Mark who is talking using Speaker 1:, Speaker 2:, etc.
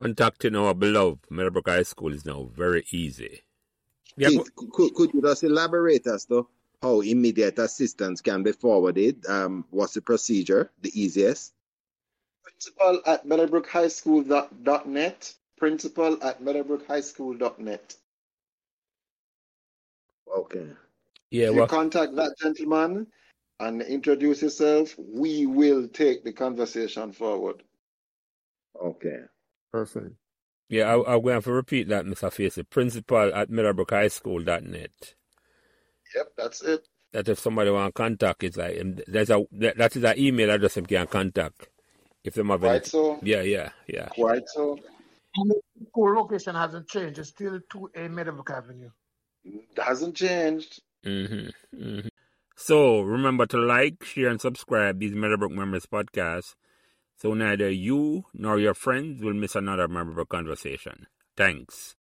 Speaker 1: Contacting our beloved Meadowbrook High School is now very easy.
Speaker 2: Yeah,
Speaker 3: Keith, could, could you just elaborate as to how immediate assistance can be forwarded? Um, what's the procedure, the easiest?
Speaker 2: principal at meadowbrookhighschool.net. Principal at meadowbrookhighschool.net.
Speaker 3: Okay.
Speaker 1: yeah,
Speaker 2: if you contact that gentleman and introduce yourself, we will take the conversation forward.
Speaker 3: Okay.
Speaker 4: Perfect.
Speaker 1: yeah. I, I'm going to have to repeat that, Mr. Facey. Principal at Meadowbrook High School dot net.
Speaker 2: Yep, that's it.
Speaker 1: That if somebody want to contact, it's like um, there's a that, that is an email address them can contact if them have any-
Speaker 2: Right, so.
Speaker 1: Yeah, yeah, yeah.
Speaker 2: Quite so.
Speaker 5: And the core location hasn't changed. It's still 2A Meadowbrook Avenue.
Speaker 2: Hasn't changed.
Speaker 1: hmm So remember to like, share, and subscribe these Meadowbrook Memories podcasts so neither you nor your friends will miss another Meadowbrook conversation. Thanks.